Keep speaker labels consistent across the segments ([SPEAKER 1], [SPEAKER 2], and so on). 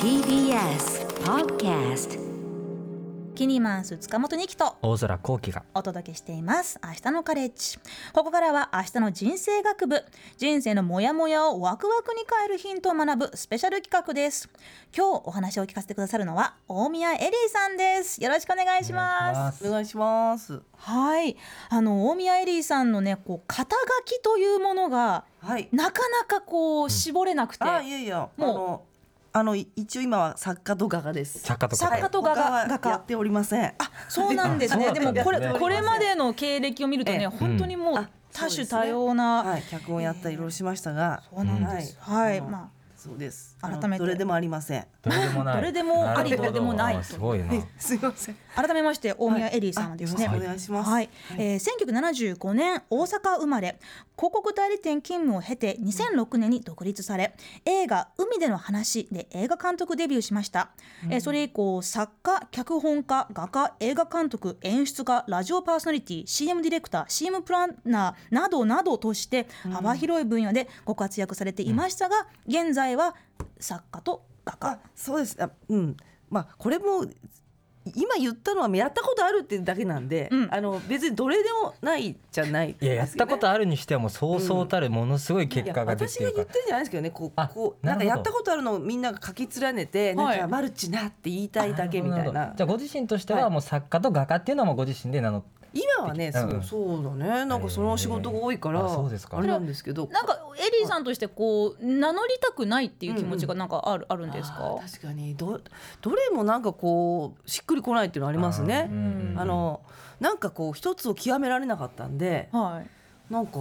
[SPEAKER 1] TBS Podcast
[SPEAKER 2] キニマンス塚本二希と
[SPEAKER 3] 大空幸輝が
[SPEAKER 2] お届けしています明日のカレッジここからは明日の人生学部人生のモヤモヤをワクワクに変えるヒントを学ぶスペシャル企画です今日お話を聞かせてくださるのは大宮エリーさんですよろしくお願いします
[SPEAKER 4] お願いします。
[SPEAKER 2] はいあの大宮エリーさんのねこう肩書きというものが
[SPEAKER 4] はい。
[SPEAKER 2] なかなかこう絞れなくて、
[SPEAKER 4] あ、いやいや、
[SPEAKER 2] もう
[SPEAKER 4] あの、あの、い一応今は作家と画家です。
[SPEAKER 3] 作家とか
[SPEAKER 2] 作家と画家
[SPEAKER 4] はい
[SPEAKER 2] 画
[SPEAKER 4] 他
[SPEAKER 2] 家
[SPEAKER 4] はやっておりません。あ、
[SPEAKER 2] そうなんですね。
[SPEAKER 3] あそう
[SPEAKER 2] で
[SPEAKER 3] だ
[SPEAKER 2] も
[SPEAKER 3] ったんですね
[SPEAKER 2] これこれまでの経歴を見ると
[SPEAKER 4] え
[SPEAKER 2] ね、
[SPEAKER 4] え
[SPEAKER 2] 本当にも
[SPEAKER 4] うん
[SPEAKER 2] う
[SPEAKER 4] あ
[SPEAKER 2] 多
[SPEAKER 4] そう
[SPEAKER 2] 種
[SPEAKER 4] ですね
[SPEAKER 2] 多様な
[SPEAKER 4] はい、脚本やったりいろいろしましたが。
[SPEAKER 2] そうなんですはい
[SPEAKER 4] あの
[SPEAKER 2] ま
[SPEAKER 4] そうです。
[SPEAKER 2] 改めて
[SPEAKER 4] あのどれでもありません。
[SPEAKER 3] どれでもない
[SPEAKER 2] どれでもあり
[SPEAKER 3] なるほ
[SPEAKER 2] どれでもない
[SPEAKER 3] あすごい な
[SPEAKER 4] はいすいません。
[SPEAKER 2] 改めまして大宮エリーさんはですね。
[SPEAKER 4] あ
[SPEAKER 2] は
[SPEAKER 4] よろ
[SPEAKER 2] い
[SPEAKER 4] しくお願いします。
[SPEAKER 2] えー1975年大阪生まれ広告代理店勤務を経て2006年に独立され映画「海での話」で映画監督デビューしました、えーそれ以降作家脚本家画家映画監督演出家ラジオパーソナリティ CM ディレクター CM プランナーなどなどとして幅広い分野でご活躍されていましたが、現在は作家と画家
[SPEAKER 4] あ、そうです。あ、うん。まあ、これも。今言ったのはやったことあるってだけなんで、
[SPEAKER 2] うん
[SPEAKER 4] あの別にどれでもないじゃない
[SPEAKER 3] いややったことあるにしてはもうそうそうたるものすごい結果が出て
[SPEAKER 4] いや
[SPEAKER 3] る
[SPEAKER 4] 私が言
[SPEAKER 3] か
[SPEAKER 4] ってるんじゃないですけどねこう
[SPEAKER 3] あ
[SPEAKER 4] こう
[SPEAKER 3] な
[SPEAKER 4] な
[SPEAKER 3] る
[SPEAKER 4] ん
[SPEAKER 3] ほど
[SPEAKER 4] かやったことあるのをみんなが書き連ね
[SPEAKER 2] は
[SPEAKER 4] て、
[SPEAKER 2] い
[SPEAKER 4] なんかマルチなって言いた
[SPEAKER 3] ら
[SPEAKER 4] いだけみ
[SPEAKER 3] な
[SPEAKER 4] た
[SPEAKER 3] る
[SPEAKER 4] い
[SPEAKER 3] ほど
[SPEAKER 4] な
[SPEAKER 3] じゃあご自身としてはもう作家と画家っていうのはもうご自身で名乗っ
[SPEAKER 4] 今はねそう,、
[SPEAKER 3] うん
[SPEAKER 4] そうだねなんかその仕事が多いから、
[SPEAKER 3] へーあそうですか
[SPEAKER 4] あれなんですけど
[SPEAKER 2] なんかエリーさんとしてこう名乗りたくないっていう気持ちがなんかある,、あるんです
[SPEAKER 4] あ
[SPEAKER 2] か
[SPEAKER 4] ー確かにどどれもなんかこうしっくりこないっていうのありますね。あのなんかこう一つを極められなかったんで
[SPEAKER 2] はい
[SPEAKER 4] なんか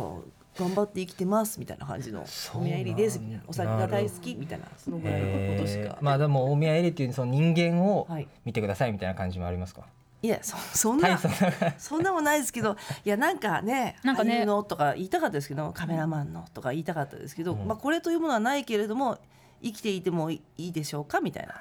[SPEAKER 4] 頑張って生きてますみたいな感じの「
[SPEAKER 3] そうな
[SPEAKER 4] お
[SPEAKER 3] ん
[SPEAKER 4] 宮入りです」みたいな「お酒が大好
[SPEAKER 3] な
[SPEAKER 4] き」みたいなそのぐらいのことし
[SPEAKER 3] え
[SPEAKER 4] か
[SPEAKER 3] ー。まあでも大宮エリっていうその人間を
[SPEAKER 4] はい
[SPEAKER 3] 見てくださいみたいな感じもありますか
[SPEAKER 4] いやそそん
[SPEAKER 3] 大
[SPEAKER 4] な
[SPEAKER 3] 層な
[SPEAKER 4] そんなもんないですけど、いやなんかね、
[SPEAKER 2] なんかね
[SPEAKER 4] 俳優のとか言いたかったですけど、カメラマンのとか言いたかったですけど、
[SPEAKER 3] うん
[SPEAKER 4] まあこれというものはないけれども生きていてもいいでしょうかみたいな。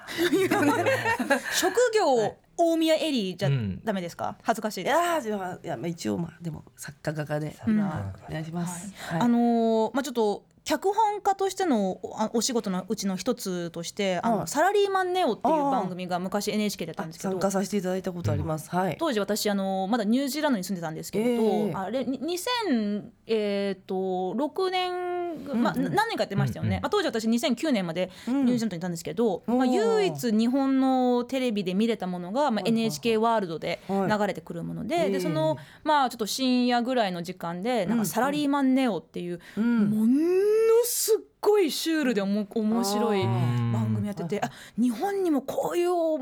[SPEAKER 2] 職業、大宮エリーじゃ
[SPEAKER 3] うん
[SPEAKER 2] ダメですか恥ずかしい
[SPEAKER 4] い
[SPEAKER 2] です、
[SPEAKER 4] やーじゃあいやまあ一応まあでも作家画家で、
[SPEAKER 2] うん
[SPEAKER 4] まあお願いします。はい
[SPEAKER 2] あのーまあちょっと脚本家としてのおあお仕事のうちの一つとして「あの
[SPEAKER 4] はい
[SPEAKER 2] サラリーマンネオ」っていう
[SPEAKER 4] ああ
[SPEAKER 2] 番組が昔 NHK でやったん
[SPEAKER 4] あ
[SPEAKER 2] ですけど
[SPEAKER 4] 参加させていただいたことあります。はい。
[SPEAKER 2] 当時私あのまだニュージーランドに住んでたんですけれど、
[SPEAKER 4] ええ
[SPEAKER 2] あれに2000えっ、と6年ぐまあ、
[SPEAKER 4] うんうん
[SPEAKER 2] な何年かやってましたよね、
[SPEAKER 3] うんうん
[SPEAKER 2] まあ、当時私2009年までニュージーランドにいたんですけど、
[SPEAKER 4] うん
[SPEAKER 2] まあ、
[SPEAKER 4] おー
[SPEAKER 2] 唯一日本のテレビで見れたものが、まあ、NHK ワールドで流れてくるもので,、
[SPEAKER 4] はい
[SPEAKER 2] で
[SPEAKER 4] ええ
[SPEAKER 2] そのまあちょっと深夜ぐらいの時間で「なん
[SPEAKER 4] うんう
[SPEAKER 2] か
[SPEAKER 4] ん
[SPEAKER 2] サラリーマンネオ」っていう、
[SPEAKER 4] うん。
[SPEAKER 2] ものすっごいシュールでおも面白い
[SPEAKER 4] あー
[SPEAKER 2] 番組やっててあ日本にもこういうも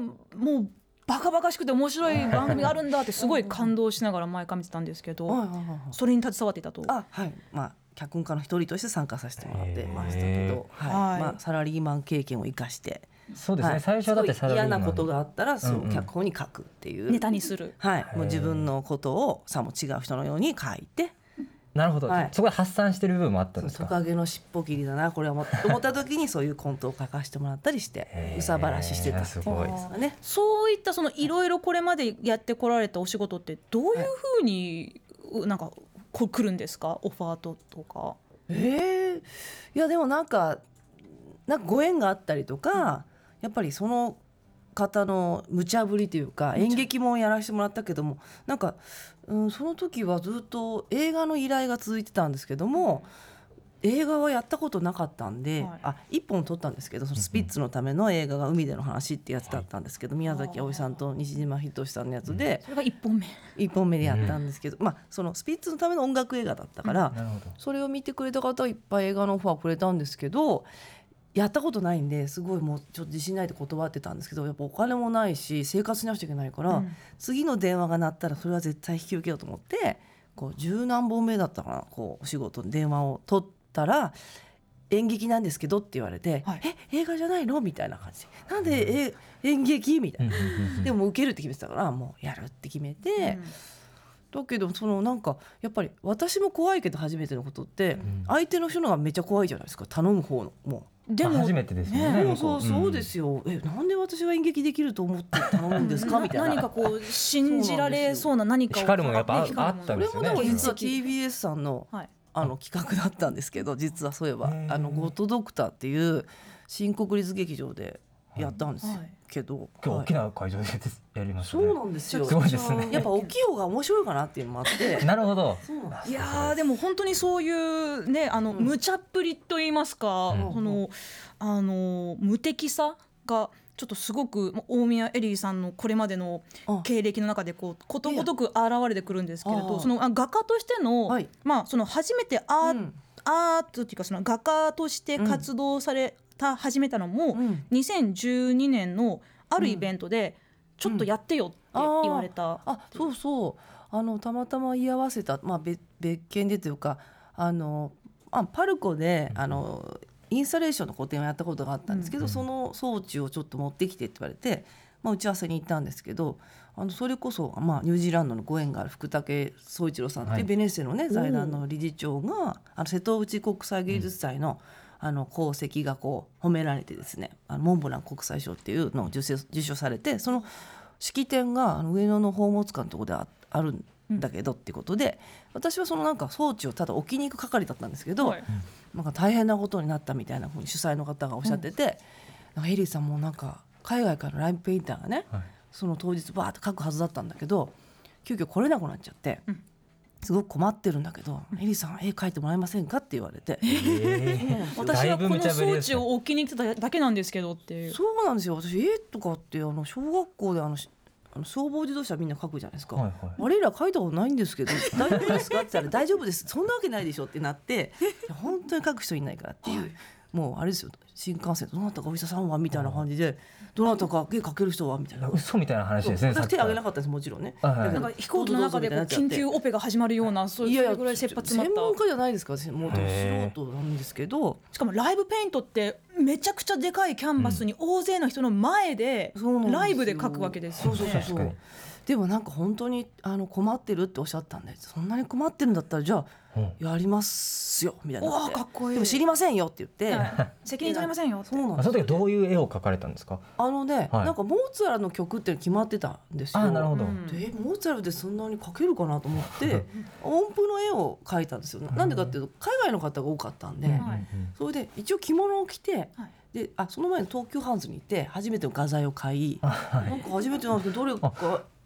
[SPEAKER 2] うバカバカしくて面白い番組があるんだってすごい感動しながら毎回見てたんですけ
[SPEAKER 4] はいは
[SPEAKER 2] ど
[SPEAKER 4] いはいはい
[SPEAKER 2] それに携わっていたと。
[SPEAKER 4] あはいまあ脚本家の一人として参加させてもらってましたけど、はい
[SPEAKER 2] はい
[SPEAKER 4] まあ、サラリーマン経験を生かして
[SPEAKER 3] そうです
[SPEAKER 4] は
[SPEAKER 3] ね
[SPEAKER 4] い
[SPEAKER 3] 最初だってサラリーマン
[SPEAKER 4] すごい嫌なことがあったらそ
[SPEAKER 3] うんうん
[SPEAKER 4] の脚本に書くっていう、
[SPEAKER 2] ネタにする
[SPEAKER 4] はいもう自
[SPEAKER 3] へー
[SPEAKER 4] 分のことをさも違う人のように書いて
[SPEAKER 3] なるほど
[SPEAKER 4] はい
[SPEAKER 3] そこで発散してる部分もあったんです
[SPEAKER 4] ト
[SPEAKER 3] か
[SPEAKER 4] カゲの尻尾切りだなこれはもと思った時にそういうコントを書かせてもらったりして
[SPEAKER 3] へー
[SPEAKER 4] 憂さ晴らししてたって
[SPEAKER 3] す
[SPEAKER 4] いう
[SPEAKER 3] ごい
[SPEAKER 4] んですかね。
[SPEAKER 2] そういったそのいろいろこれまでやってこられたお仕事ってどういうふうにうなんかこ来るんですかオファーととか。
[SPEAKER 4] えー、いやでもなんかなんかご縁があったりとか、やっぱりその方の無茶ぶりというか演劇もやらせてもらったけどもなんか、うん、その時はずっと映画の依頼が続いてたんですけども。映画はやったことなかったんで、
[SPEAKER 2] はい
[SPEAKER 4] あ一本撮ったんですけどそのスピッツのための映画が「海での話」ってやつだったんですけど、宮崎あおいさんと西島秀俊さんのやつで
[SPEAKER 2] それが一本目。
[SPEAKER 4] 一本目でやったんですけど、まあそのスピッツのための音楽映画だったから、
[SPEAKER 3] なるほど
[SPEAKER 4] それを見てくれた方はいっぱい映画のオファーくれたんですけどやったことないんですごいもうちょっと自信ないで断ってたんですけどやっぱお金もないし生活しなくちゃいけないから、
[SPEAKER 2] うん
[SPEAKER 4] 次の電話が鳴ったらそれは絶対引き受けようと思ってこう十何本目だったかなこうお仕事の電話を取ったら「演劇なんですけど」って言われて「
[SPEAKER 2] はい
[SPEAKER 4] え映画じゃないの?」みたいな感じで「なんで、え演劇?」みたいな。で
[SPEAKER 3] も
[SPEAKER 4] ももう受けるって決めてたからもうやるって決めて、だけどそのなんかやっぱり私も怖いけど初めてのことって、
[SPEAKER 3] ん
[SPEAKER 4] 相手の人のがめっちゃ怖いじゃないですか頼む方のも
[SPEAKER 2] うん
[SPEAKER 3] まあ初
[SPEAKER 2] で
[SPEAKER 3] めてです
[SPEAKER 4] う、
[SPEAKER 3] よね
[SPEAKER 4] そうそう
[SPEAKER 3] 向こ
[SPEAKER 4] そうですよ、えなんで私は演劇できると思って頼むんです かみたいな
[SPEAKER 2] 何かこう信じられそうな何かを
[SPEAKER 3] 光るものやっぱあ
[SPEAKER 2] 光るもの
[SPEAKER 3] あったんで
[SPEAKER 4] これ
[SPEAKER 3] すよ
[SPEAKER 4] も
[SPEAKER 3] ね
[SPEAKER 4] でも実は
[SPEAKER 2] 原石
[SPEAKER 4] TBS さんの
[SPEAKER 2] はい
[SPEAKER 4] あの企画だったんですけど実はそういえば
[SPEAKER 3] へ
[SPEAKER 4] 「
[SPEAKER 3] ー
[SPEAKER 4] あのゴッドドクター」っていう新国立劇場でやったんですよ
[SPEAKER 2] はい
[SPEAKER 4] けど、
[SPEAKER 3] 今日
[SPEAKER 4] は
[SPEAKER 3] 大
[SPEAKER 4] い
[SPEAKER 3] きな会場でやりました
[SPEAKER 4] そ
[SPEAKER 3] ね
[SPEAKER 4] うなんですよ
[SPEAKER 3] すごいですね
[SPEAKER 4] やっぱ大きい方が面白いか なっていうのもあって
[SPEAKER 3] なるほど
[SPEAKER 4] そうなんです
[SPEAKER 2] いやーでも本当にそういうねあの、
[SPEAKER 4] ん
[SPEAKER 2] 無茶っぷりと言いますか、
[SPEAKER 3] うん
[SPEAKER 2] そのあの無敵さがちょっとすごくもう大宮エリーさんのこれまでの
[SPEAKER 4] あ
[SPEAKER 2] 経歴の中でこうことごとく現れてくるんですけれ
[SPEAKER 4] いやあ
[SPEAKER 2] ど
[SPEAKER 4] ー
[SPEAKER 2] そのあ画家としての,、
[SPEAKER 4] はい
[SPEAKER 2] まあ、その初めてアー,、
[SPEAKER 4] うん
[SPEAKER 2] アートというかその画家として活動された、始めたのも、
[SPEAKER 4] うん
[SPEAKER 2] 2012年のあるイベントで、ちょっとやってよって言われた。
[SPEAKER 4] あそうそうあのたまたま居合わせた、まあ、別別件でというかあのあパルコであのインスタレーションの個展をやったことがあったんですけど、
[SPEAKER 3] うん
[SPEAKER 4] その装置をちょっと持ってきてって言われて、まあ、打ち合わせに行ったんですけどあのそれこそ、まあ、ニュージーランドのご縁がある福武総一郎さんって、
[SPEAKER 3] はい
[SPEAKER 4] ベネッセの、ね、財団の理事長があの瀬戸内国際芸術祭の,、あの功績がこう褒められてですねあのモンブラン国際賞っていうのを受賞受賞されてその式典があの上野の宝物館のとこでああるんだけどってことで、私はそのなんか装置をただ置きに行く係だったんですけど、
[SPEAKER 2] はい
[SPEAKER 4] なんか大変なことになったみたいなふうに主催の方がおっしゃってて、なんかエリーさんもなんか海外からのラインペインターがね、
[SPEAKER 3] はい
[SPEAKER 4] その当日バーって書くはずだったんだけど急遽来れなくなっちゃって、
[SPEAKER 2] うん
[SPEAKER 4] すごく困ってるんだけど「エリーさん絵描いてもらえませんか?」って言われ て
[SPEAKER 3] え ー
[SPEAKER 2] 私はこの装置。
[SPEAKER 3] だいぶ無茶ぶりですね
[SPEAKER 2] を置きに来てただけなんですけどっていう。
[SPEAKER 4] そうなんですよ私絵とかってあの小学校であのしあの消防自動車みんな描くじゃないですか。
[SPEAKER 3] はいはい
[SPEAKER 4] あれら書いたことないんで すけど大丈夫ですかって言ったら大丈夫ですそんなわけないでしょって なっていや本当に書く人いないからっていう、もうあれですよ新幹線どなたかお医者さんはみたいな感じでどなたか絵描ける人はみたいな
[SPEAKER 3] 嘘みたいな話ですね。
[SPEAKER 4] 私手
[SPEAKER 3] さっ
[SPEAKER 4] 挙
[SPEAKER 3] き
[SPEAKER 4] げ
[SPEAKER 3] か
[SPEAKER 4] な
[SPEAKER 3] ら
[SPEAKER 4] かったですもちろんね、
[SPEAKER 3] はいはい
[SPEAKER 4] だけ
[SPEAKER 2] な
[SPEAKER 4] ど
[SPEAKER 2] んか飛行機の中でこう
[SPEAKER 4] どうぞどうぞみ
[SPEAKER 2] 緊
[SPEAKER 4] たいに
[SPEAKER 2] 急
[SPEAKER 4] なっちゃって
[SPEAKER 2] オペが始まるようなそう
[SPEAKER 4] いやい
[SPEAKER 2] い
[SPEAKER 4] や
[SPEAKER 2] うぐらい切羽詰
[SPEAKER 4] 専
[SPEAKER 2] ま
[SPEAKER 4] 門
[SPEAKER 2] った
[SPEAKER 4] 家じゃないですから私もう素
[SPEAKER 3] へー
[SPEAKER 4] 人なんですけど
[SPEAKER 2] しかもライブペイントってめちゃくちゃでかいキャンバスに大勢の人の前で
[SPEAKER 4] そうなんですよ
[SPEAKER 2] ライブで書くわけですよ
[SPEAKER 4] そうそう
[SPEAKER 2] ね。
[SPEAKER 4] そ
[SPEAKER 3] 確
[SPEAKER 4] う
[SPEAKER 3] かに
[SPEAKER 4] でもなんか本当にあの困ってるっておっしゃったんでそんなに困ってるんだったらじゃあ
[SPEAKER 3] うん
[SPEAKER 4] やりますよみたいにな
[SPEAKER 2] おー
[SPEAKER 4] て
[SPEAKER 2] かっこいい
[SPEAKER 4] でも知りませんよって言って、
[SPEAKER 2] はい責任取れませんよって。
[SPEAKER 4] そうなん
[SPEAKER 3] あ
[SPEAKER 4] です
[SPEAKER 3] そ
[SPEAKER 4] よ
[SPEAKER 3] の時はどういう絵を描かれたんですか。
[SPEAKER 4] あのね、
[SPEAKER 3] はい
[SPEAKER 4] なんかモーツァルトの曲っていうの決まってたんですよ。
[SPEAKER 3] あ、なるほど
[SPEAKER 2] う。ん
[SPEAKER 4] でえモーツァルトでそんなに描けるかなと思って音符の絵を描いたんですよ。なんでかっていうと海外の方が多かったんで、
[SPEAKER 3] うんうん
[SPEAKER 2] はい
[SPEAKER 4] それで一応着物を着て、
[SPEAKER 2] はい
[SPEAKER 4] であその前に東急ハンズに行って初めての画材を買い、
[SPEAKER 3] あはい
[SPEAKER 4] なんか初めてなんですけどどれか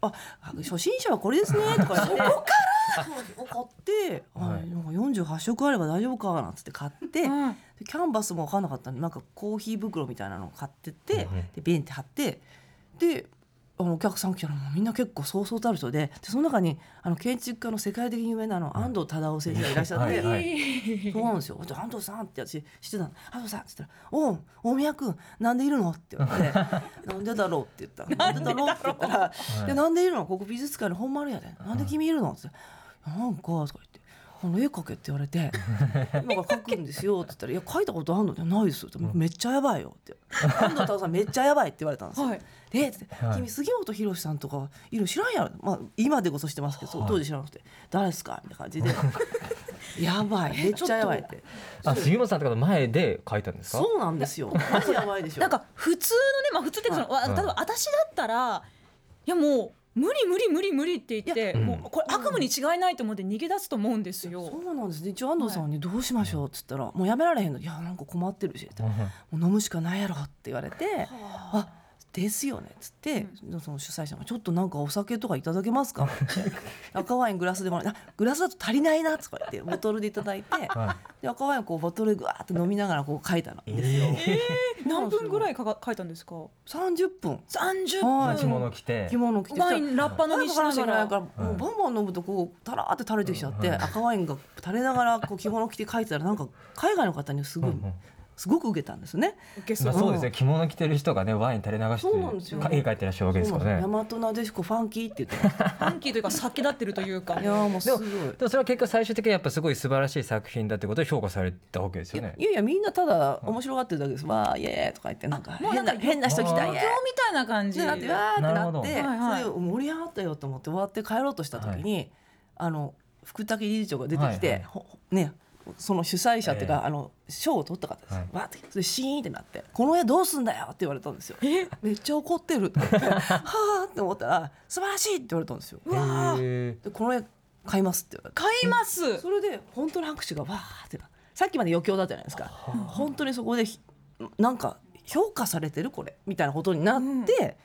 [SPEAKER 4] ああ初心者はこれですねとか言ってそこから買って、
[SPEAKER 3] はい
[SPEAKER 4] あなんか48色あれば大丈夫かなっつって買って。
[SPEAKER 2] うん
[SPEAKER 4] でキャンバスも分かんなかったんでなんかコーヒー袋みたいなのを買ってって、
[SPEAKER 3] うんうん
[SPEAKER 4] でビンって貼ってであのお客さん来たらもうみんな結構そうそうたる人ででその中にあの建築家の世界的に有名なあの安藤忠雄先生がいらっしゃって。
[SPEAKER 3] はいはい
[SPEAKER 4] そうなんですよ。で安藤さんって私知ってたの。安藤さんって言ったら、おう、大宮君、なんでいるのって言われて、なんでだろうって言ったの。 なんでだろうって言ったら、いや、なんでいるのここ美術館の本丸やで。なんで君いるのって言ったら、なんか、とか言って。あの絵描けって言われて「今から描くんですよ」って言ったら「いや描いたことあるの?」って「ないですよ」って「めっちゃやばいよ」って「安藤太郎さんめっちゃやばい」って言われたんですよ。
[SPEAKER 2] はい
[SPEAKER 4] でえっつって
[SPEAKER 3] はい
[SPEAKER 4] 君杉本博さんとかいるの知らんやろ、まあ、今でこそ知ってますけど、そう当時知らなくて「誰ですか?」みたいな感じで 「やばいめっちゃやばい」って
[SPEAKER 3] あ、杉本さんとかの前で描いたんですか。
[SPEAKER 4] そうなんですよマジやばいでしょ
[SPEAKER 2] なんか普通のねまあ普通っていうかそのわ
[SPEAKER 3] はい
[SPEAKER 2] 例えば私だったらいやもう無理無理無理無理って言って
[SPEAKER 3] いや
[SPEAKER 2] もうこれ悪夢に違いないと思って逃げ出すと思うんですよ。
[SPEAKER 4] そうなんですね一応安藤さんに「どうしましょう」っつったら「もうやめられへんの」「いやなんか困ってるし」って
[SPEAKER 3] うん
[SPEAKER 4] もう飲むしかないやろ」って言われて
[SPEAKER 2] はあ
[SPEAKER 4] 「あですよね」っつって、その主催者が「ちょっとなんかお酒とかいただけますか?」って 赤ワイングラスでもらってあグラスだと足りないな」とか言ってボトルでいただいて
[SPEAKER 3] はい
[SPEAKER 4] で赤ワインをこうボトルでぐわーって飲みながらこう書いた の。
[SPEAKER 2] 何分ぐらいかか書いたんですか。
[SPEAKER 4] 30分
[SPEAKER 2] 三十
[SPEAKER 4] は
[SPEAKER 3] まあ
[SPEAKER 4] い
[SPEAKER 3] 着物着て
[SPEAKER 4] 着。物着て
[SPEAKER 2] ワインラッパ飲みしながら
[SPEAKER 4] からもうバンバン飲むとこうたらーって垂れてきちゃって、
[SPEAKER 3] うん
[SPEAKER 4] 赤ワインが垂れながらこう着物着て書いてたらなんか海外の方にすごい、
[SPEAKER 3] うんうん
[SPEAKER 4] すごく受けたんですね。
[SPEAKER 2] 受けそ
[SPEAKER 3] ま
[SPEAKER 2] う
[SPEAKER 3] あ、そうですね。着物着てる人がね、ワイン垂れ流して。
[SPEAKER 4] そうなんですよ
[SPEAKER 3] か絵描いてらっしゃるわけですからね
[SPEAKER 4] 大。和なでしこファンキーって言ってました。
[SPEAKER 2] ファンキーというか先立ってるというか
[SPEAKER 4] いやーもうすごい。
[SPEAKER 3] でもそれは結果最終的にやっぱすごい素晴らしい作品だってことで評価されたわけですよね
[SPEAKER 4] い。やいやみんなただ面白がってるだけです。わーイエーイとか言ってなんか
[SPEAKER 2] もうな
[SPEAKER 4] 変
[SPEAKER 2] んか
[SPEAKER 4] な変な人来た
[SPEAKER 3] あ
[SPEAKER 4] イ
[SPEAKER 3] ー
[SPEAKER 4] エーイ
[SPEAKER 2] 今日みたいな感じ
[SPEAKER 4] でなってわーって
[SPEAKER 3] なるほ
[SPEAKER 4] な
[SPEAKER 3] ど
[SPEAKER 4] っ
[SPEAKER 2] は
[SPEAKER 4] て
[SPEAKER 2] いはい
[SPEAKER 4] それで盛り上がったよと思って終わって帰ろうとした時に、あの福武理事長が出てきて、
[SPEAKER 3] はいはい
[SPEAKER 4] ほねその主催者っていうか、
[SPEAKER 3] ええ
[SPEAKER 4] あの賞を取った方です、
[SPEAKER 3] はい
[SPEAKER 4] わーってそれシーンってなって「この絵どうすんだよ!」って言われたんですよ。 めっちゃ怒ってるって言って はあって思ったら「素晴らしい!」って言われたんですよ。
[SPEAKER 2] うわー
[SPEAKER 3] へ
[SPEAKER 4] でこの絵買いますって言われて
[SPEAKER 2] 買います
[SPEAKER 4] それで本当に拍手がわーってなさっきまで余興だったじゃないですか本当にそこでひなんか評価されてるこれみたいなことになって、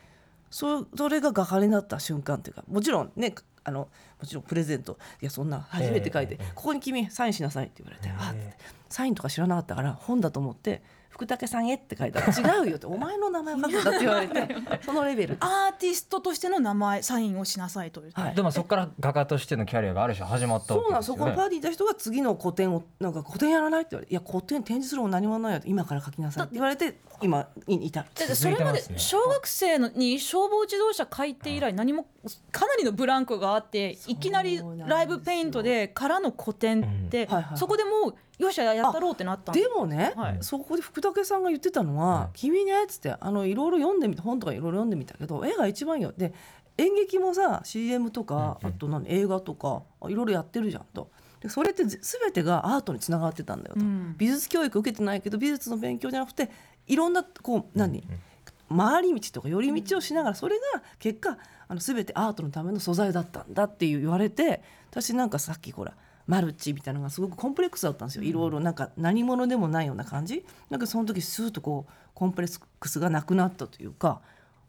[SPEAKER 4] そそれが画家になった瞬間っていうかもちろんねあのもちろんプレゼントいやそんな初めて書いて、
[SPEAKER 3] ええ
[SPEAKER 4] ここに君サインしなさいって言われて、あっ
[SPEAKER 3] ええ
[SPEAKER 4] サインとか知らなかったから本だと思って「福武さんへ」って書いたら「違う よ」って「お前の名前書くんだ」って言われてそのレベルで
[SPEAKER 2] アーティストとしての名前サインをしなさいという、
[SPEAKER 4] はい
[SPEAKER 3] でもそこから画家としてのキャリアがある種始まった
[SPEAKER 4] そう
[SPEAKER 3] わ
[SPEAKER 4] なん
[SPEAKER 3] けで
[SPEAKER 4] そ
[SPEAKER 3] す
[SPEAKER 4] こ
[SPEAKER 3] よ
[SPEAKER 4] のパー
[SPEAKER 3] ね。
[SPEAKER 4] ティーいた人が次の個展をなんか個展やらないって言われて「いや個展展示するも何もないよ」今から書きなさいって言われて今いいた
[SPEAKER 5] だってそれ
[SPEAKER 3] 続いて
[SPEAKER 5] ま
[SPEAKER 3] ま
[SPEAKER 5] です
[SPEAKER 3] ね
[SPEAKER 5] 小学生のに消防自動車書いて以来何もかなりのブランクがあっていきなりライブペイントでからの古典って
[SPEAKER 4] うんはいはい
[SPEAKER 5] そこでもうよっしゃやったろうってなったん
[SPEAKER 4] でもね、
[SPEAKER 5] はい
[SPEAKER 4] そこで福武さんが言ってたのは「
[SPEAKER 3] はい
[SPEAKER 4] 君に会え」っつってあのいろいろ読んでみた本とかいろいろ読んでみたけど絵が一番いいよで演劇もさ CM とか、
[SPEAKER 3] うんうん
[SPEAKER 4] あと何映画とかあいろいろやってるじゃんとでそれってぜ全てがアートにつながってたんだよと、
[SPEAKER 2] うん
[SPEAKER 4] 美術教育受けてないけど美術の勉強じゃなくていろんなこう何、回り道とか寄り道をしながらそれが結果あの全てアートのための素材だったんだっていう言われて私なんかさっきほらマルチみたいなのがすごくコンプレックスだったんですよいろいろなんか何者でもないような感じなんかその時スーッとこうコンプレックスがなくなったというか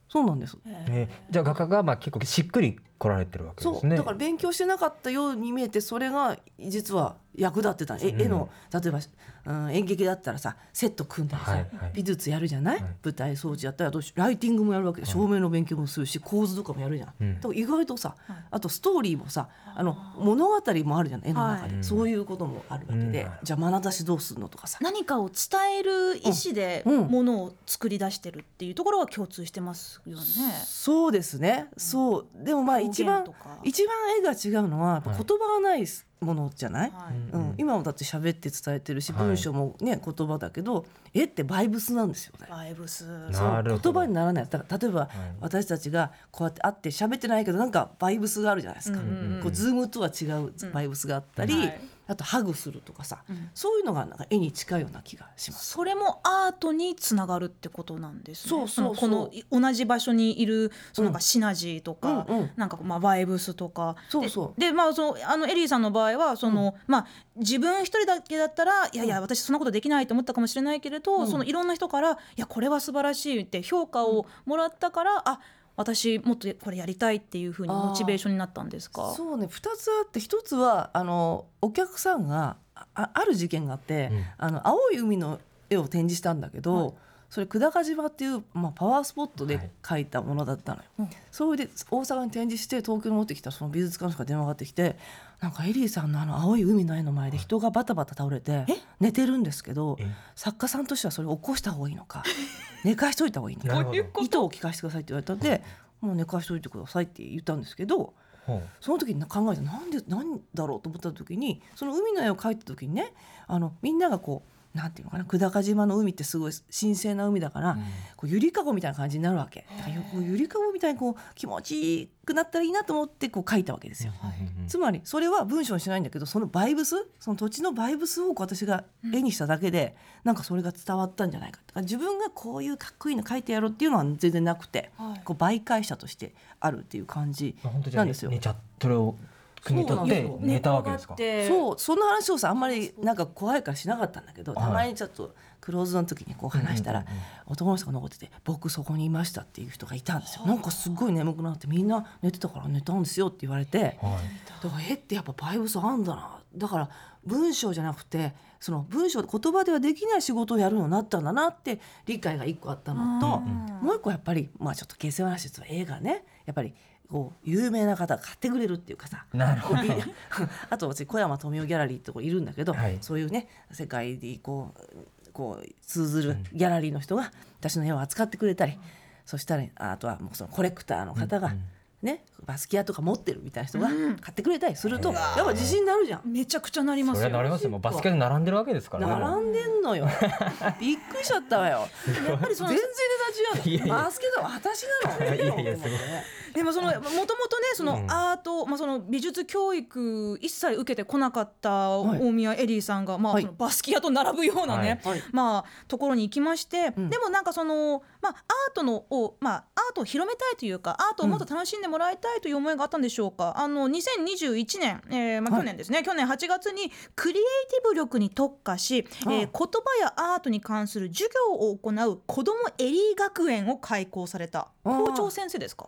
[SPEAKER 4] そうなんです、
[SPEAKER 3] えーじゃあ画家がまあ結構しっくり来られてるわけで
[SPEAKER 4] そ
[SPEAKER 3] す
[SPEAKER 4] う
[SPEAKER 3] ね。
[SPEAKER 4] だから勉強してなかったように見えてそれが実は役立ってた、え絵の例えば、うん、演劇だったらさセット組んだりさ、
[SPEAKER 3] はいはい
[SPEAKER 4] 美術やるじゃない、
[SPEAKER 3] い
[SPEAKER 4] 舞台装置やったらどうしライティングもやるわけで照明の勉強もするし構図とかもやるじゃん、
[SPEAKER 3] うん
[SPEAKER 4] だから意外とさあとストーリーもさあの物語もあるじゃない絵の中で、
[SPEAKER 3] はい
[SPEAKER 4] そういうこともあるわけ
[SPEAKER 3] う
[SPEAKER 4] で、
[SPEAKER 3] ん
[SPEAKER 4] じゃあ眼差しどうするのとかさ
[SPEAKER 2] 何かを伝える意思で
[SPEAKER 4] うんうん
[SPEAKER 2] ものを作り出してるっていうところは共通してますよね。
[SPEAKER 4] そうですね、そうでもまあ一番
[SPEAKER 2] 表現とか
[SPEAKER 4] 一番絵が違うのはやっぱ
[SPEAKER 3] はい
[SPEAKER 4] 言葉がないものじゃない、
[SPEAKER 2] はい
[SPEAKER 3] うん
[SPEAKER 4] うん、今もだって喋って伝えてるし
[SPEAKER 3] はい
[SPEAKER 4] 文章もね、言葉だけど絵ってバイブスなんですよね。
[SPEAKER 2] バイブス
[SPEAKER 3] なるほど
[SPEAKER 4] 言葉にならないだから例えば、私たちがこうやって会って喋ってないけどなんかバイブスがあるじゃないですか、
[SPEAKER 2] うんうんうん
[SPEAKER 4] こうズームとは違うバイブスがあったり、
[SPEAKER 2] うんはい
[SPEAKER 4] あとハグするとかさ、
[SPEAKER 2] うん
[SPEAKER 4] そういうのがなんか絵に近いような気がします。
[SPEAKER 2] それもアートにつながるってことなんですね。
[SPEAKER 4] そうそうそう
[SPEAKER 2] のこのい同じ場所にいるそのなん
[SPEAKER 4] う
[SPEAKER 2] かシナジーとか、
[SPEAKER 4] うんうん
[SPEAKER 2] なんかまあバイブスとか。
[SPEAKER 4] そうそう
[SPEAKER 2] ででまあそのあのエリーさんの場合はその、まあ自分一人だけだったらいやいや私そんなことできないと思ったかもしれないけれど、
[SPEAKER 4] うん
[SPEAKER 2] そのいろんな人からいやこれは素晴らしいって評価をもらったから、あ私もっとこれやりたいっていうふうにモチベーションになったんですか。
[SPEAKER 4] そうね2つあって1つはあのお客さんがあある事件があって、
[SPEAKER 3] うん
[SPEAKER 4] あの青い海の絵を展示したんだけど、
[SPEAKER 2] はい
[SPEAKER 4] それ久高島っていう、まあ、パワースポット
[SPEAKER 3] は
[SPEAKER 4] で
[SPEAKER 3] い
[SPEAKER 4] 描いたものだったのよ。
[SPEAKER 2] うん
[SPEAKER 4] それで大阪に展示して東京に持ってきたその美術館の人から電話がかってきてなんかエリーさんのあの青い海の絵の前で人がバタバタ倒れて寝てるんですけど
[SPEAKER 3] え
[SPEAKER 4] 作家さんとしてはそれを起こした方がいいのか寝かしといた方がいいのか
[SPEAKER 3] なるほど
[SPEAKER 4] 糸を聞かせてくださいって言われたんでもう寝かしといてくださいって言ったんですけど。
[SPEAKER 3] ほう
[SPEAKER 4] その時に考えてなんでなんだろうと思った時にその海の絵を描いた時にねあのみんながこうなんていうのかな久高島の海ってすごい神聖な海だから、こうゆりかごみたいな感じになるわけだからこうゆりかごみたいにこう気持ちいくなったらいいなと思ってこう描いたわけですよ。
[SPEAKER 3] うん
[SPEAKER 4] つまりそれは文章にしないんだけどそのバイブスその土地のバイブスを私が絵にしただけで、なんかそれが伝わったんじゃないかだから自分がこういうかっこいいの描いてやろうっていうのは全然なくて、
[SPEAKER 2] はい
[SPEAKER 4] こう媒介者としてあるっていう感じ
[SPEAKER 3] まあ本当じゃ
[SPEAKER 4] な
[SPEAKER 3] あ
[SPEAKER 4] ん
[SPEAKER 3] ね
[SPEAKER 4] ですよ。
[SPEAKER 3] 寝ちゃそれを国にと
[SPEAKER 4] そう
[SPEAKER 3] っ
[SPEAKER 4] なんで
[SPEAKER 3] て
[SPEAKER 4] すよ
[SPEAKER 3] 寝たわけですか。
[SPEAKER 5] そう
[SPEAKER 4] そうその話をさあんまりなんか怖いからしなかったんだけど、
[SPEAKER 3] はい
[SPEAKER 4] たまにちょっとクローズの時にこう話したら、
[SPEAKER 3] うんうんうん
[SPEAKER 4] 男の人が残ってて「僕そこにいました」っていう人がいたんですよ。なんかすごい眠くなってみんな寝てたから寝たんですよって言われて。
[SPEAKER 3] はい
[SPEAKER 4] だから絵ってやっぱバイブスあんだなだから文章じゃなくてその文章言葉ではできない仕事をやるようになったんだなって理解が一個あったのともう一個やっぱりまあちょっと下世話な話ですが映画ねやっぱりこう有名な方が買ってくれるっていうかさ
[SPEAKER 3] なるほど。
[SPEAKER 4] いや あと私小山富美ギャラリーってとこいるんだけど、
[SPEAKER 3] はい
[SPEAKER 4] そういうね世界にこうこう通ずるギャラリーの人が私の絵を扱ってくれたり、そしたらあとはもうそのコレクターの方が、ねバスキアとか持ってるみたいな人が買ってくれたりする
[SPEAKER 3] う
[SPEAKER 4] と、
[SPEAKER 3] ん
[SPEAKER 4] やっぱ自信になるじゃん。
[SPEAKER 2] めちゃくちゃなります
[SPEAKER 3] それ
[SPEAKER 2] よ。
[SPEAKER 3] はなりますよ。もうバスケで並んでるわけですからね。
[SPEAKER 4] 並んで んのよびっくりしちゃったわよやっぱり全然ネタ違う
[SPEAKER 3] いやいや
[SPEAKER 4] のバスケットは私なの
[SPEAKER 3] いやいやいや
[SPEAKER 4] と思ってね
[SPEAKER 2] でもそのもともとねその
[SPEAKER 3] うん
[SPEAKER 2] アート、まあ、その美術教育一切受けてこなかった
[SPEAKER 4] はい
[SPEAKER 2] 大宮エリーさんが、まあ、
[SPEAKER 4] はい
[SPEAKER 2] そのバスキアと並ぶようなね、
[SPEAKER 4] はいはい
[SPEAKER 2] まあ、ところに行きまして、
[SPEAKER 4] うん
[SPEAKER 2] でもなんかその、まあ、アートのを、まあ、アートを広めたいというかアートをもっと楽しんでももらいたいという思いがあったんでしょうかあの2021年、えーまあ、
[SPEAKER 4] はい
[SPEAKER 2] 去年ですね、去年8月にクリエイティブ力に特化し、えー
[SPEAKER 4] ああ
[SPEAKER 2] 言葉やアートに関する授業を行う子どもエリー学園を開校された
[SPEAKER 4] ああ
[SPEAKER 2] 校長先生ですか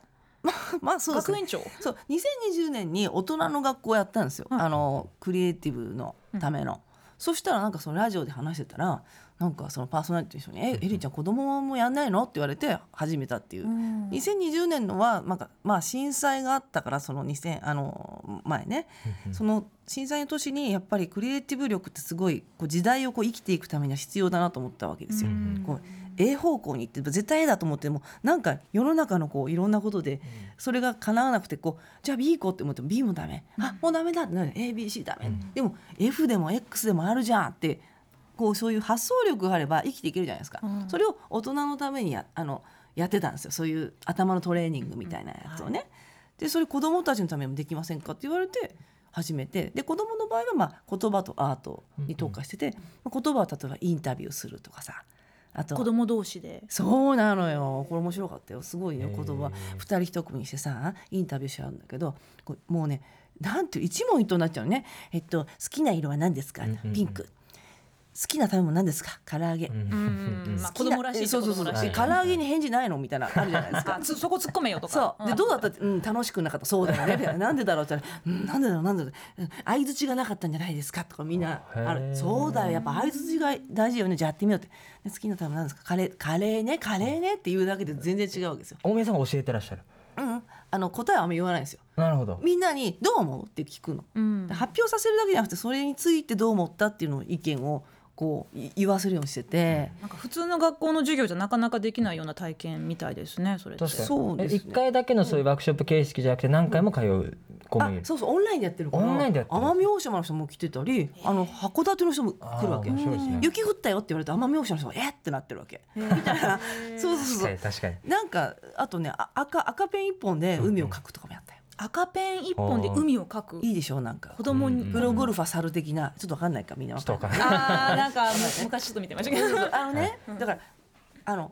[SPEAKER 4] まあそうで
[SPEAKER 2] 学
[SPEAKER 4] すね
[SPEAKER 2] 園長
[SPEAKER 4] そう2020年に大人の学校やったんですよ、
[SPEAKER 2] はい
[SPEAKER 4] あのクリエイティブのための、そしたらなんかそのラジオで話してたらなんかそのパーソナリティの人に「えエリーちゃん子供もやんないの?」って言われて始めたっていう、2020年のはなんか、まあ、震災があったからその2000あの前ね、その震災の年にやっぱりクリエイティブ力ってすごいこう時代をこう生きていくためには必要だなと思ったわけですよ。こう A 方向に行って絶対 A だと思ってもなんか世の中のこういろんなことでそれが叶わなくてこうじゃあ B 行こうって思っても B もダメ、あもうダメだってなる ABC ダメ、でも F でも X でもあるじゃんってこうそういう発想力があれば生きていけるじゃないですか、それを大人のためにやあのやってたんですよそういう頭のトレーニングみたいなやつをね。でそれ子どもたちのためにもできませんかって言われて始めてで子どもの場合はまあ言葉とアートに特化してて、まあ言葉は例えばインタビューするとかさあと
[SPEAKER 2] 子供同士で
[SPEAKER 4] そうなのよこれ面白かったよすごいよ
[SPEAKER 3] へ
[SPEAKER 4] 言
[SPEAKER 3] ー
[SPEAKER 4] 葉二人一組にしてさインタビューしちゃうんだけどこうもうねなんていう一問一答になっちゃうのねえっと好きな色は何ですか
[SPEAKER 3] うんうんうん
[SPEAKER 4] ピンク好きな食べ物何ですか唐揚げ
[SPEAKER 2] うんまあ子供らしいっ
[SPEAKER 4] え
[SPEAKER 2] ちゃ
[SPEAKER 4] そう
[SPEAKER 2] 子
[SPEAKER 4] そうそ
[SPEAKER 2] 供
[SPEAKER 4] う
[SPEAKER 2] ら
[SPEAKER 4] で
[SPEAKER 2] しい
[SPEAKER 4] 唐揚げに返事ないのみたいなあるじゃないですか
[SPEAKER 5] あつそこ突っ込めよとか
[SPEAKER 4] そうでどうだったって、うん、楽しくなかったそうだよねみ たいななんでだろうって言ったらうんなんでだろうなんでだろううん相づちがなかったんじゃないですかとかみんなあ
[SPEAKER 3] へ
[SPEAKER 4] る
[SPEAKER 3] ー
[SPEAKER 4] そうだよやっぱ相づちが大事よねじゃあやってみようってで好きな食べ物なんですかカレーカレーねカレーねって言うだけで全然違うわけですよ、
[SPEAKER 3] 大宮さんが教えてらっしゃる
[SPEAKER 4] うん、あの答えはあんま言わないんですよ
[SPEAKER 3] なるほど
[SPEAKER 4] みんなに「どう思う?」って聞くの、
[SPEAKER 2] うん
[SPEAKER 4] 発表させるだけじゃなくてそれについてどう思ったっていうのを意見をこうい言わせるようにしてて、
[SPEAKER 5] なんか普通の学校の授業じゃなかなかできないような体験みたいですねそれって
[SPEAKER 3] 確かに
[SPEAKER 4] そうです
[SPEAKER 3] 1
[SPEAKER 4] ね
[SPEAKER 3] 回だけのそういうワークショップ形式じゃなくて何回も通う子もい
[SPEAKER 4] あ
[SPEAKER 3] る
[SPEAKER 4] そうそうオンラインでやってるから
[SPEAKER 3] オンラインでやってる
[SPEAKER 4] 奄美大島の人も来てたりあの函館の人も来るわけ
[SPEAKER 3] あー面白いですね
[SPEAKER 4] 雪降ったよって言われて奄美大島の人が「えっ!」てなってるわけみたいなそう
[SPEAKER 3] 確
[SPEAKER 4] そうそ
[SPEAKER 3] か
[SPEAKER 4] う
[SPEAKER 3] に確かに
[SPEAKER 4] なんかあとねあ赤赤ペン一本で海を描くとかもやったよ、
[SPEAKER 2] 赤ペン一本で海を描く
[SPEAKER 4] いいでしょうなんか
[SPEAKER 2] 子供に、
[SPEAKER 3] うん
[SPEAKER 4] プロゴルファー猿的なちょっとわかんないかみんなわ
[SPEAKER 3] ちょっと
[SPEAKER 4] か
[SPEAKER 3] わ
[SPEAKER 4] んな
[SPEAKER 3] か
[SPEAKER 4] い
[SPEAKER 3] ん
[SPEAKER 5] あーなん
[SPEAKER 3] ない
[SPEAKER 5] か昔ちょっと見てましたけど
[SPEAKER 4] そうそうあのね、だからあの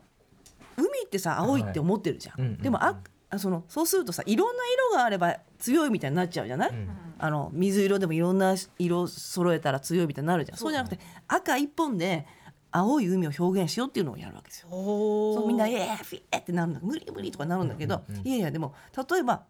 [SPEAKER 4] 海ってさ青いって思ってるじゃん、
[SPEAKER 3] はいうんうん
[SPEAKER 4] でもああそのそうするとさいろんな色があれば強いみたいになっちゃうじゃない、
[SPEAKER 3] うん
[SPEAKER 4] あの水色でもいろんな色揃えたら強いみたいになるじゃんそうじゃなくて赤一本で青い海を表現しようっていうのをやるわけですよ。そうみんな「えー、フィーってなるんだ無理無理」とかなるんだけど、いやいやでも例えば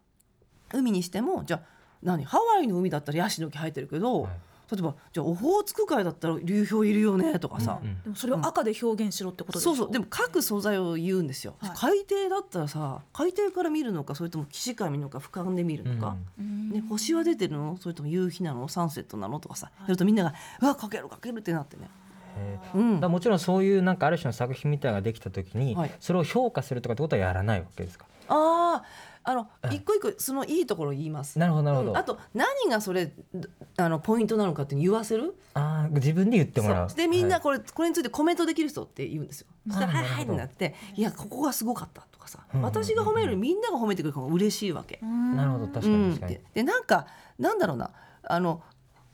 [SPEAKER 4] 海にしてもじゃあ何ハワイの海だったらヤシの木生えてるけど、
[SPEAKER 3] はい
[SPEAKER 4] 例えばじゃあオホーツク海だったら流氷いるよねとかさ、
[SPEAKER 2] でもそれを赤で表現しろってことです
[SPEAKER 4] そうそうでも各素材を言うんですよ、海底だったらさ海底から見るのかそれとも岸から見るのか俯瞰で見るのか、ね、星は出てるのそれとも夕日なのサンセットなのとかさやるとみんなが「うわかけるかける」ってなってね。
[SPEAKER 3] へ
[SPEAKER 4] う
[SPEAKER 3] だ
[SPEAKER 4] ん
[SPEAKER 3] からもちろんそういうなんかある種の作品みたいなのができた時に、
[SPEAKER 4] はい
[SPEAKER 3] それを評価するとかってことはやらないわけですか
[SPEAKER 4] あーあの一個一個そのいいところを言います。
[SPEAKER 3] なるほどなるほど、
[SPEAKER 4] うんあと何がそれどあのポイントなのかっていうの言わせる
[SPEAKER 3] あー自分で言ってもらう
[SPEAKER 4] そうでみんな
[SPEAKER 3] はい
[SPEAKER 4] これ,、これについてコメントできる人って言うんですよそしたら「
[SPEAKER 3] あー
[SPEAKER 4] はいはい」
[SPEAKER 3] なるほ
[SPEAKER 4] って
[SPEAKER 3] ど
[SPEAKER 4] なって「いやここがすごかった」とかさ
[SPEAKER 3] うんうんうん
[SPEAKER 4] 私が褒めるよりみんなが褒めてくれる方が嬉しいわけ。
[SPEAKER 3] なるほど確か
[SPEAKER 4] うん
[SPEAKER 3] に確かに、
[SPEAKER 4] ででなんかなんだろうなあの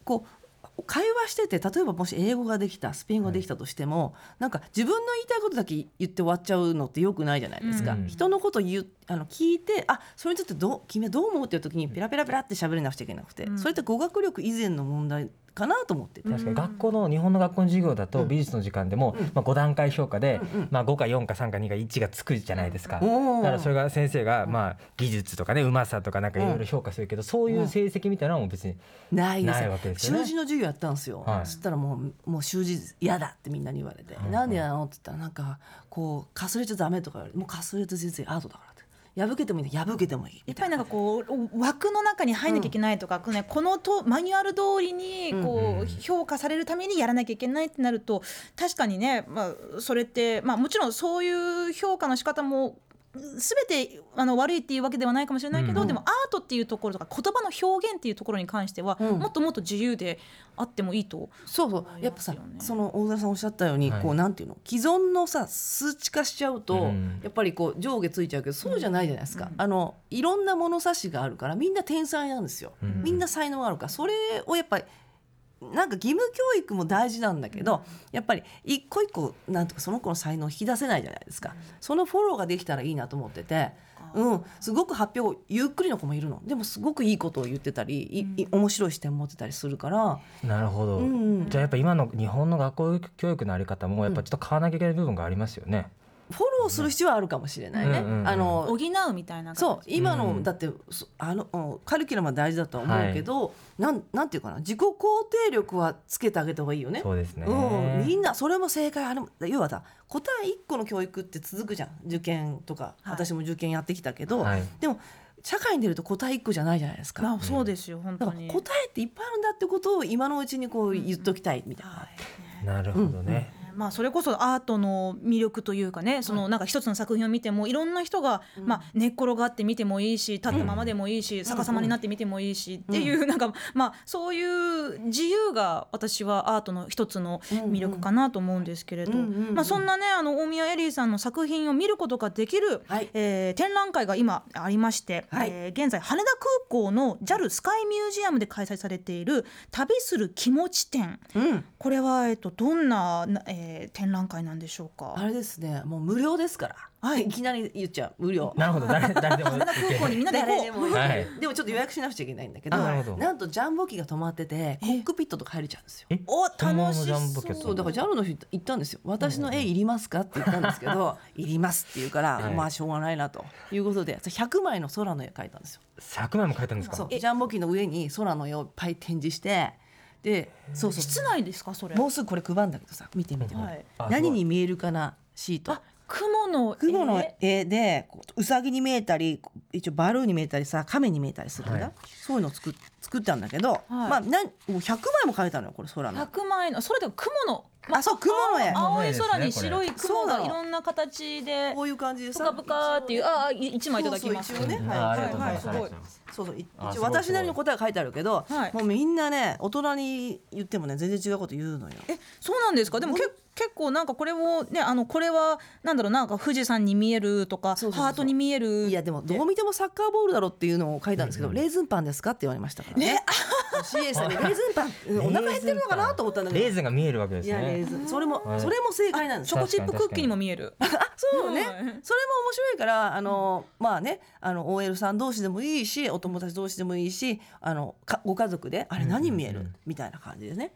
[SPEAKER 4] こう会話してて例えばもし英語ができたスペイン語ができたとしても、なんか自分の言いたいことだけ言って終わっちゃうのってよくないじゃないですか、
[SPEAKER 3] うん
[SPEAKER 4] 人のこと言うあの聞いてあそれについてどう君はどう思うっていう時にペラペラペラって喋れなくちゃいけなくて、それって語学力以前の問題かなと思ってて、
[SPEAKER 3] 確かに学校の日本の学校の授業だと美術の時間でも、まあ、5段階評価で、まあ、5か4か3か2か1がつくじゃないですか、
[SPEAKER 4] おー
[SPEAKER 3] だからそれが先生が、まあ、技術とかねうまさとかなんかいろいろ評価するけど、そういう成績みたいなのも別に、
[SPEAKER 4] ないです
[SPEAKER 3] ない
[SPEAKER 4] よ
[SPEAKER 3] わけですよね
[SPEAKER 4] 習字の授業やったんですよ、
[SPEAKER 3] はい
[SPEAKER 4] そしたらもうもう習字嫌だってみんなに言われて「なんでなの?」って言ったらなんかこうかすれちゃダメとか言われて「もうかすれと全然アートだから」って「破けてもいいんだ破けてもいい」
[SPEAKER 2] やっぱりなんかこう枠の中に入んなきゃいけないとか、このねこのとマニュアル通りにこう評価されるためにやらなきゃいけないってなると確かにね、まあ、それって、まあ、もちろんそういう評価の仕方も全てあの悪いっていうわけではないかもしれないけど、
[SPEAKER 3] うん
[SPEAKER 2] でもアートっていうところとか言葉の表現っていうところに関しては、
[SPEAKER 4] うん
[SPEAKER 2] もっともっと自由であってもいいと。
[SPEAKER 4] そうそうやっぱさ、
[SPEAKER 2] 思いますよね
[SPEAKER 4] その大空さんおっしゃったように、
[SPEAKER 3] はい
[SPEAKER 4] こうなんていうの既存のさ数値化しちゃうと、
[SPEAKER 3] うん
[SPEAKER 4] やっぱりこう上下ついちゃうけどそうじゃないじゃないですか、あのいろんな物差しがあるからみんな天才なんですよ、
[SPEAKER 3] うん
[SPEAKER 4] みんな才能があるからそれをやっぱりなんか義務教育も大事なんだけどやっぱり一個一個なんとかその子の才能を引き出せないじゃないですかそのフォローができたらいいなと思ってて、うん、すごく発表ゆっくりの子もいるのでもすごくいいことを言ってたりいい面白い視点を持ってたりするから
[SPEAKER 3] なるほど、
[SPEAKER 4] うん
[SPEAKER 3] じゃあやっぱ今の日本の学校教育のあり方もやっぱちょっと変わらなきゃいけない部分がありますよね。
[SPEAKER 4] フォローする必要はあるかもしれないね。
[SPEAKER 3] うんうんうん
[SPEAKER 4] あの
[SPEAKER 5] 補うみたいな
[SPEAKER 4] そう今の、
[SPEAKER 3] うん
[SPEAKER 4] だってそあのうんカリキュラムは大事だとは思うけど、なんなんていうかな自己肯定力はつけてあげた方がいいよね。
[SPEAKER 3] そうですね、
[SPEAKER 4] うん、みんなそれも正解あれも要はさ答え1個の教育って続くじゃん受験とか、
[SPEAKER 2] はい
[SPEAKER 4] 私も受験やってきたけど、
[SPEAKER 3] はい
[SPEAKER 4] でも社会に出ると答え1個じゃないじゃないですか。
[SPEAKER 2] まあそうですよ本
[SPEAKER 4] だ
[SPEAKER 2] 当
[SPEAKER 4] から
[SPEAKER 2] に。
[SPEAKER 4] 答えっていっぱいあるんだってことを今のうちにこう言っときたいみたいな。
[SPEAKER 3] なるほどね。
[SPEAKER 2] まあ、それこそアートの魅力というかねそのなんか一つの作品を見てもいろんな人が、まあ、寝っ転がって見てもいいし立ったままでもいいし、逆さまになって見てもいいし、っていうなんか、まあ、そういう自由が私はアートの一つの魅力かなと思うんですけれど、
[SPEAKER 4] うんうんうん
[SPEAKER 2] まあ、そんなねあの大宮エリーさんの作品を見ることができる、
[SPEAKER 4] はい
[SPEAKER 2] えー展覧会が今ありまして、
[SPEAKER 4] はい
[SPEAKER 2] えー現在羽田空港の JAL スカイミュージアムで開催されている「旅する気持ち展」
[SPEAKER 4] うん
[SPEAKER 2] これは、えっと、どんな、なえー展覧会なんでしょうか。
[SPEAKER 4] あれですねもう無料ですから、
[SPEAKER 2] はい
[SPEAKER 4] い、きなり言っちゃう無料。
[SPEAKER 3] なるほど誰 誰でもい
[SPEAKER 2] 空港にみんなで行
[SPEAKER 4] 誰
[SPEAKER 2] こ
[SPEAKER 4] で
[SPEAKER 2] う。
[SPEAKER 4] もいい
[SPEAKER 3] はい
[SPEAKER 4] でもちょっと予約しなくちゃいけないんだけど
[SPEAKER 3] あなるほど
[SPEAKER 4] なんとジャンボ機が止まっててコックピットとか入れちゃうんですよ。
[SPEAKER 3] え
[SPEAKER 2] お
[SPEAKER 3] 本物
[SPEAKER 2] 楽
[SPEAKER 3] の
[SPEAKER 2] し
[SPEAKER 3] ジャンボ
[SPEAKER 2] そ
[SPEAKER 3] ケット
[SPEAKER 2] う。
[SPEAKER 4] そうだから JAL の人行ったんですよ「私の絵いりますか?」って言ったんですけど「いります」って言うから、
[SPEAKER 3] はい
[SPEAKER 4] まあしょうがないなということで100枚の空の絵描いたんですよ。
[SPEAKER 3] 昨年も書いたんです
[SPEAKER 4] そ
[SPEAKER 3] か
[SPEAKER 4] うジャンボ機の上に空の絵をいっぱい展示してでそうそう
[SPEAKER 2] 室内ですかそれ。
[SPEAKER 4] もうすぐこれ配るんだけどさ見て見て、
[SPEAKER 2] はい。
[SPEAKER 3] あすごい
[SPEAKER 4] 何に見えるかなシート。
[SPEAKER 2] 雲の
[SPEAKER 4] 雲の
[SPEAKER 2] え
[SPEAKER 4] 絵でこううさぎに見えたり一応バルーンに見えたりさ亀に見えたりするんだ、
[SPEAKER 3] はい
[SPEAKER 4] そういうのを作っ作ったんだけど、まあなんもう100枚も描いたのよこれ空
[SPEAKER 2] ー
[SPEAKER 4] の。
[SPEAKER 2] 百枚のそれでも雲の、ま
[SPEAKER 4] あそう雲の絵
[SPEAKER 3] あ
[SPEAKER 2] 青い空に
[SPEAKER 3] これ
[SPEAKER 2] 白い
[SPEAKER 4] そ
[SPEAKER 2] 雲
[SPEAKER 4] うな
[SPEAKER 2] が
[SPEAKER 4] の
[SPEAKER 2] いろんな形で
[SPEAKER 4] こういう感じで
[SPEAKER 2] ぷ
[SPEAKER 4] さ
[SPEAKER 2] かぷかっていうああい一枚いただきます。
[SPEAKER 4] そうそう一応ね
[SPEAKER 3] うん
[SPEAKER 4] はい
[SPEAKER 3] あありがとうございます。
[SPEAKER 2] はいはい
[SPEAKER 3] ありがとうございます
[SPEAKER 4] そうそうい
[SPEAKER 3] あ
[SPEAKER 4] 一
[SPEAKER 3] す
[SPEAKER 4] 応
[SPEAKER 3] ごい
[SPEAKER 4] 私なりの答えは書いてあるけど、
[SPEAKER 2] はい
[SPEAKER 4] もうみんなね大人に言ってもね全然違うこと言うのよ。
[SPEAKER 2] えそうなんですかでもけ結構なんかこれをねあのこれはなんだろうなんか富士山に見えるとか
[SPEAKER 4] そうそうそう
[SPEAKER 2] ハートに見える
[SPEAKER 4] いやでもどう見てもサッカーボールだろっていうのを書いたんですけど、レーズンパンですかって言われましたからね。CA さんにレーズンパンうんお腹減ってるのかなと思ったんだけど。
[SPEAKER 3] レーズンが見えるわけで
[SPEAKER 4] い
[SPEAKER 3] す
[SPEAKER 4] やレ
[SPEAKER 3] ね
[SPEAKER 4] ー。ズンそれも、
[SPEAKER 3] はい
[SPEAKER 4] それも正解なんです
[SPEAKER 2] チョコチップクッキーにも見える。
[SPEAKER 4] そうね、
[SPEAKER 2] はい
[SPEAKER 4] それも面白いからあの、まあねあの OL さん同士でもいいしお友達同士でもいいしあのかご家族であれ何見える、みたいな感じでね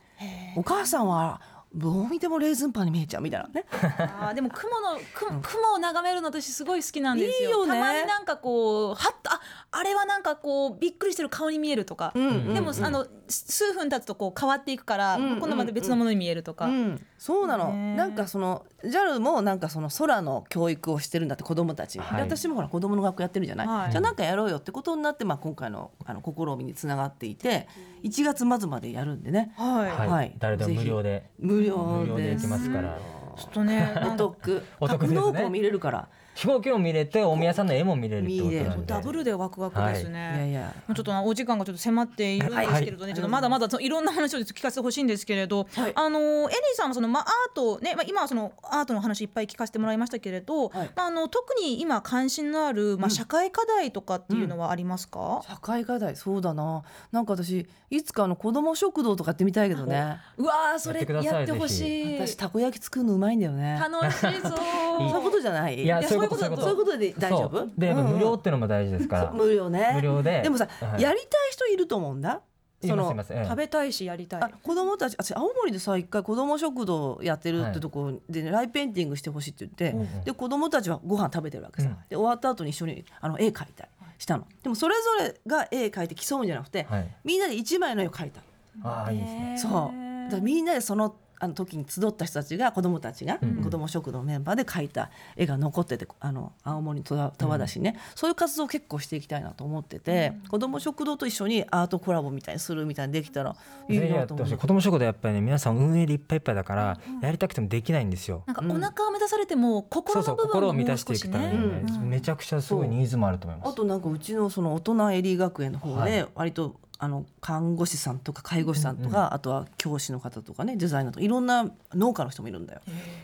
[SPEAKER 4] お母さんはどう見てもレーズンパンに見えちゃうみたいなね
[SPEAKER 5] あーでも雲の雲雲を眺めるの私すごい好きなんですよ。
[SPEAKER 4] いいよね
[SPEAKER 5] たまになんかこうはっとああれはなんかこうびっくりしてる顔に見えるとか。
[SPEAKER 4] うん
[SPEAKER 5] でも、あのす数分経つとこう変わっていくから、
[SPEAKER 4] んうんうん
[SPEAKER 5] 今度また別のものに見えるとか、
[SPEAKER 4] うん、そうなの、なんかその JAL もなんかその空の教育をしてるんだって子どもたちに、
[SPEAKER 3] はい
[SPEAKER 4] で私もほら子どもの学校やってるじゃない、
[SPEAKER 2] はい
[SPEAKER 4] じゃあなんかやろうよってことになって、まあ、今回のあの試みにつながっていて1月末までやるんでね
[SPEAKER 2] はい。
[SPEAKER 3] はい、
[SPEAKER 4] はい
[SPEAKER 3] 誰でも無料で
[SPEAKER 4] 無料
[SPEAKER 3] 無料で
[SPEAKER 4] で
[SPEAKER 3] 行き
[SPEAKER 4] す
[SPEAKER 3] ますから。
[SPEAKER 2] ちょっと ねなん
[SPEAKER 4] お
[SPEAKER 2] か
[SPEAKER 4] 得
[SPEAKER 3] お得ですね
[SPEAKER 4] 格納庫も見れるから
[SPEAKER 3] 飛行機も見れて大宮さんの絵も見れるってことなんで。
[SPEAKER 2] ダブルでワクワクですね。
[SPEAKER 4] いやいや
[SPEAKER 2] ちょっとお時間がちょっと迫っているんですけれどね、
[SPEAKER 4] はい
[SPEAKER 2] ちょっとまだまだそのいろんな話を聞かせてほしいんですけれど、
[SPEAKER 4] はい
[SPEAKER 2] あのエリーさんはその、まあ、アートね、まあ、今はそのアートの話いっぱい聞かせてもらいましたけれど、
[SPEAKER 4] はい
[SPEAKER 2] まあ、あの特に今関心のある、まあ、社会課題とかっていうのはありますか、
[SPEAKER 4] 社会課題そうだななんか私いつかあの子供食堂とかやってみたいけどね
[SPEAKER 5] うわーそれ
[SPEAKER 3] やってください
[SPEAKER 5] やってほしい
[SPEAKER 4] 私たこ焼き作るのうまいんだよね
[SPEAKER 5] 楽し
[SPEAKER 4] そういう
[SPEAKER 5] そ
[SPEAKER 4] こ
[SPEAKER 5] う
[SPEAKER 4] とじゃない
[SPEAKER 3] いや そういうこと
[SPEAKER 4] だ
[SPEAKER 3] そう
[SPEAKER 4] そう
[SPEAKER 3] い
[SPEAKER 4] いうう
[SPEAKER 3] こ
[SPEAKER 4] ことで大丈夫
[SPEAKER 3] そうでやっぱ無料
[SPEAKER 4] う
[SPEAKER 3] っ
[SPEAKER 4] ん
[SPEAKER 3] ていうのも大事ですから。
[SPEAKER 4] うん無料ね
[SPEAKER 3] 無料で
[SPEAKER 4] でもさ
[SPEAKER 3] はい
[SPEAKER 4] やりたい人いると思うんだ
[SPEAKER 3] いますいます。ええ
[SPEAKER 2] 食べたいしやりたい
[SPEAKER 4] あ。子供たち私青森でさ一回子供食堂やってるってとこでね、ライペインティングしてほしいって言って、
[SPEAKER 3] うん
[SPEAKER 4] で子供たちはご飯食べてるわけさ、
[SPEAKER 3] うん
[SPEAKER 4] で終わった後に一緒にあの絵描いたりしたのでもそれぞれが絵描いて競うんじゃなくて、
[SPEAKER 3] はい。
[SPEAKER 4] みんなで一枚の絵を描いたの
[SPEAKER 3] ああいいですね。
[SPEAKER 4] そうだからみんなでそのあの時に集った人たちが子どもたちが、
[SPEAKER 3] うん
[SPEAKER 4] 子ども食堂のメンバーで描いた絵が残っててあの青森十和十和田市ね、そういう活動を結構していきたいなと思ってて、子ども食堂と一緒にアートコラボみたいにするみたいにできたらいい
[SPEAKER 3] ぜひや
[SPEAKER 4] な
[SPEAKER 3] って
[SPEAKER 4] と
[SPEAKER 3] ほ
[SPEAKER 4] 思
[SPEAKER 3] し
[SPEAKER 4] う
[SPEAKER 3] い。子供食堂やっぱりね皆さん運営でいっぱいいっぱいだから、やりたくてもできないんですよ。
[SPEAKER 5] なんかお腹を満たされても
[SPEAKER 3] そ
[SPEAKER 5] 心
[SPEAKER 3] うそ
[SPEAKER 5] の
[SPEAKER 3] う
[SPEAKER 5] 部
[SPEAKER 3] 心を
[SPEAKER 5] 分
[SPEAKER 3] 満
[SPEAKER 5] もも
[SPEAKER 3] た
[SPEAKER 5] う
[SPEAKER 3] して
[SPEAKER 5] 少
[SPEAKER 3] い
[SPEAKER 5] し
[SPEAKER 3] く
[SPEAKER 5] た
[SPEAKER 3] め
[SPEAKER 5] ね、
[SPEAKER 3] にね、めちゃくちゃすごいニーズもあると思いま
[SPEAKER 4] あ
[SPEAKER 3] す。
[SPEAKER 4] となんかうちのその大人エリー学園の方
[SPEAKER 3] は
[SPEAKER 4] で割とあの看護師さんとか介護士さんとか、あとは教師の方とかねデザイナーとかいろんな農家の人もいるんだよ。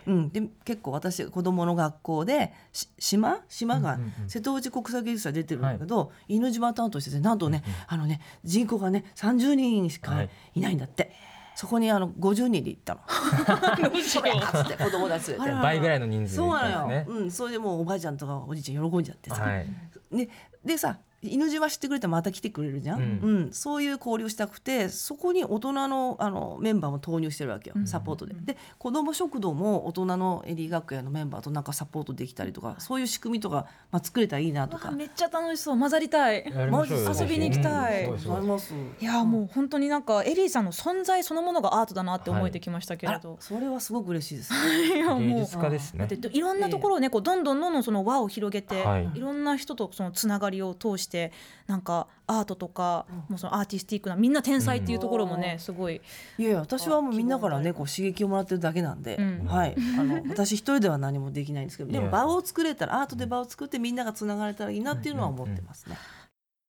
[SPEAKER 4] うん、で結構私子供の学校でし島島が瀬戸内国際芸術祭出てるんだけど、犬島担当しててなんとね、あのね人口がね30人しか
[SPEAKER 3] はい
[SPEAKER 4] いないんだって。そこにあの50人で 行ったの
[SPEAKER 2] どうしよう
[SPEAKER 4] つって子供たち連れ
[SPEAKER 2] あ
[SPEAKER 4] て
[SPEAKER 2] ら
[SPEAKER 3] 倍ぐらいの人数で
[SPEAKER 4] そ
[SPEAKER 3] 行っ
[SPEAKER 4] う
[SPEAKER 3] た
[SPEAKER 4] なんの
[SPEAKER 3] で
[SPEAKER 4] よ、
[SPEAKER 3] すね。
[SPEAKER 4] うん、それでもうおばあちゃんとかおじいちゃん喜んじゃってさ、
[SPEAKER 3] はい。
[SPEAKER 4] ね、でさ犬島知ってくれたらまた来てくれるじゃん、
[SPEAKER 3] う
[SPEAKER 4] うんそういう交流したくてそこに大人のあのメンバーも投入してるわけよサポートで。で子ども食堂も大人のエリー学園のメンバーとなんかサポートできたりとかそういう仕組みとか、まあ、作れたらいいなと
[SPEAKER 2] わあ
[SPEAKER 4] か。
[SPEAKER 2] めっちゃ楽しそう混ざりたい
[SPEAKER 3] やりましょうよ
[SPEAKER 4] まず遊び
[SPEAKER 2] に行きたい
[SPEAKER 3] うんすごいすごい
[SPEAKER 4] ます
[SPEAKER 6] いやーもう本当になんかエリーさんの存在そのものがアートだなって思えてきましたけ
[SPEAKER 4] あ
[SPEAKER 2] れ
[SPEAKER 4] ら
[SPEAKER 2] ど、
[SPEAKER 4] それはすごく嬉しいです。
[SPEAKER 2] い、や
[SPEAKER 3] 芸
[SPEAKER 2] もう
[SPEAKER 3] 術家ですね
[SPEAKER 2] で。でいろんなところをねこうどんどんどんどんその輪を広げて、
[SPEAKER 3] はい
[SPEAKER 2] い、ろんな人とそのつながりを通してなんかアートとか、もうそのアーティスティックなみんな天才っていうところもね、
[SPEAKER 4] うん
[SPEAKER 2] すごい、
[SPEAKER 4] いやいや私はもうみんなからねこう刺激をもらってるだけなんで、
[SPEAKER 2] うん
[SPEAKER 4] はい、あの私一人では何もできないんですけどで
[SPEAKER 3] い
[SPEAKER 4] も
[SPEAKER 3] や
[SPEAKER 4] 場を作れたらアートで場を作ってみんながつながれたらいいなっていうのは思ってますね。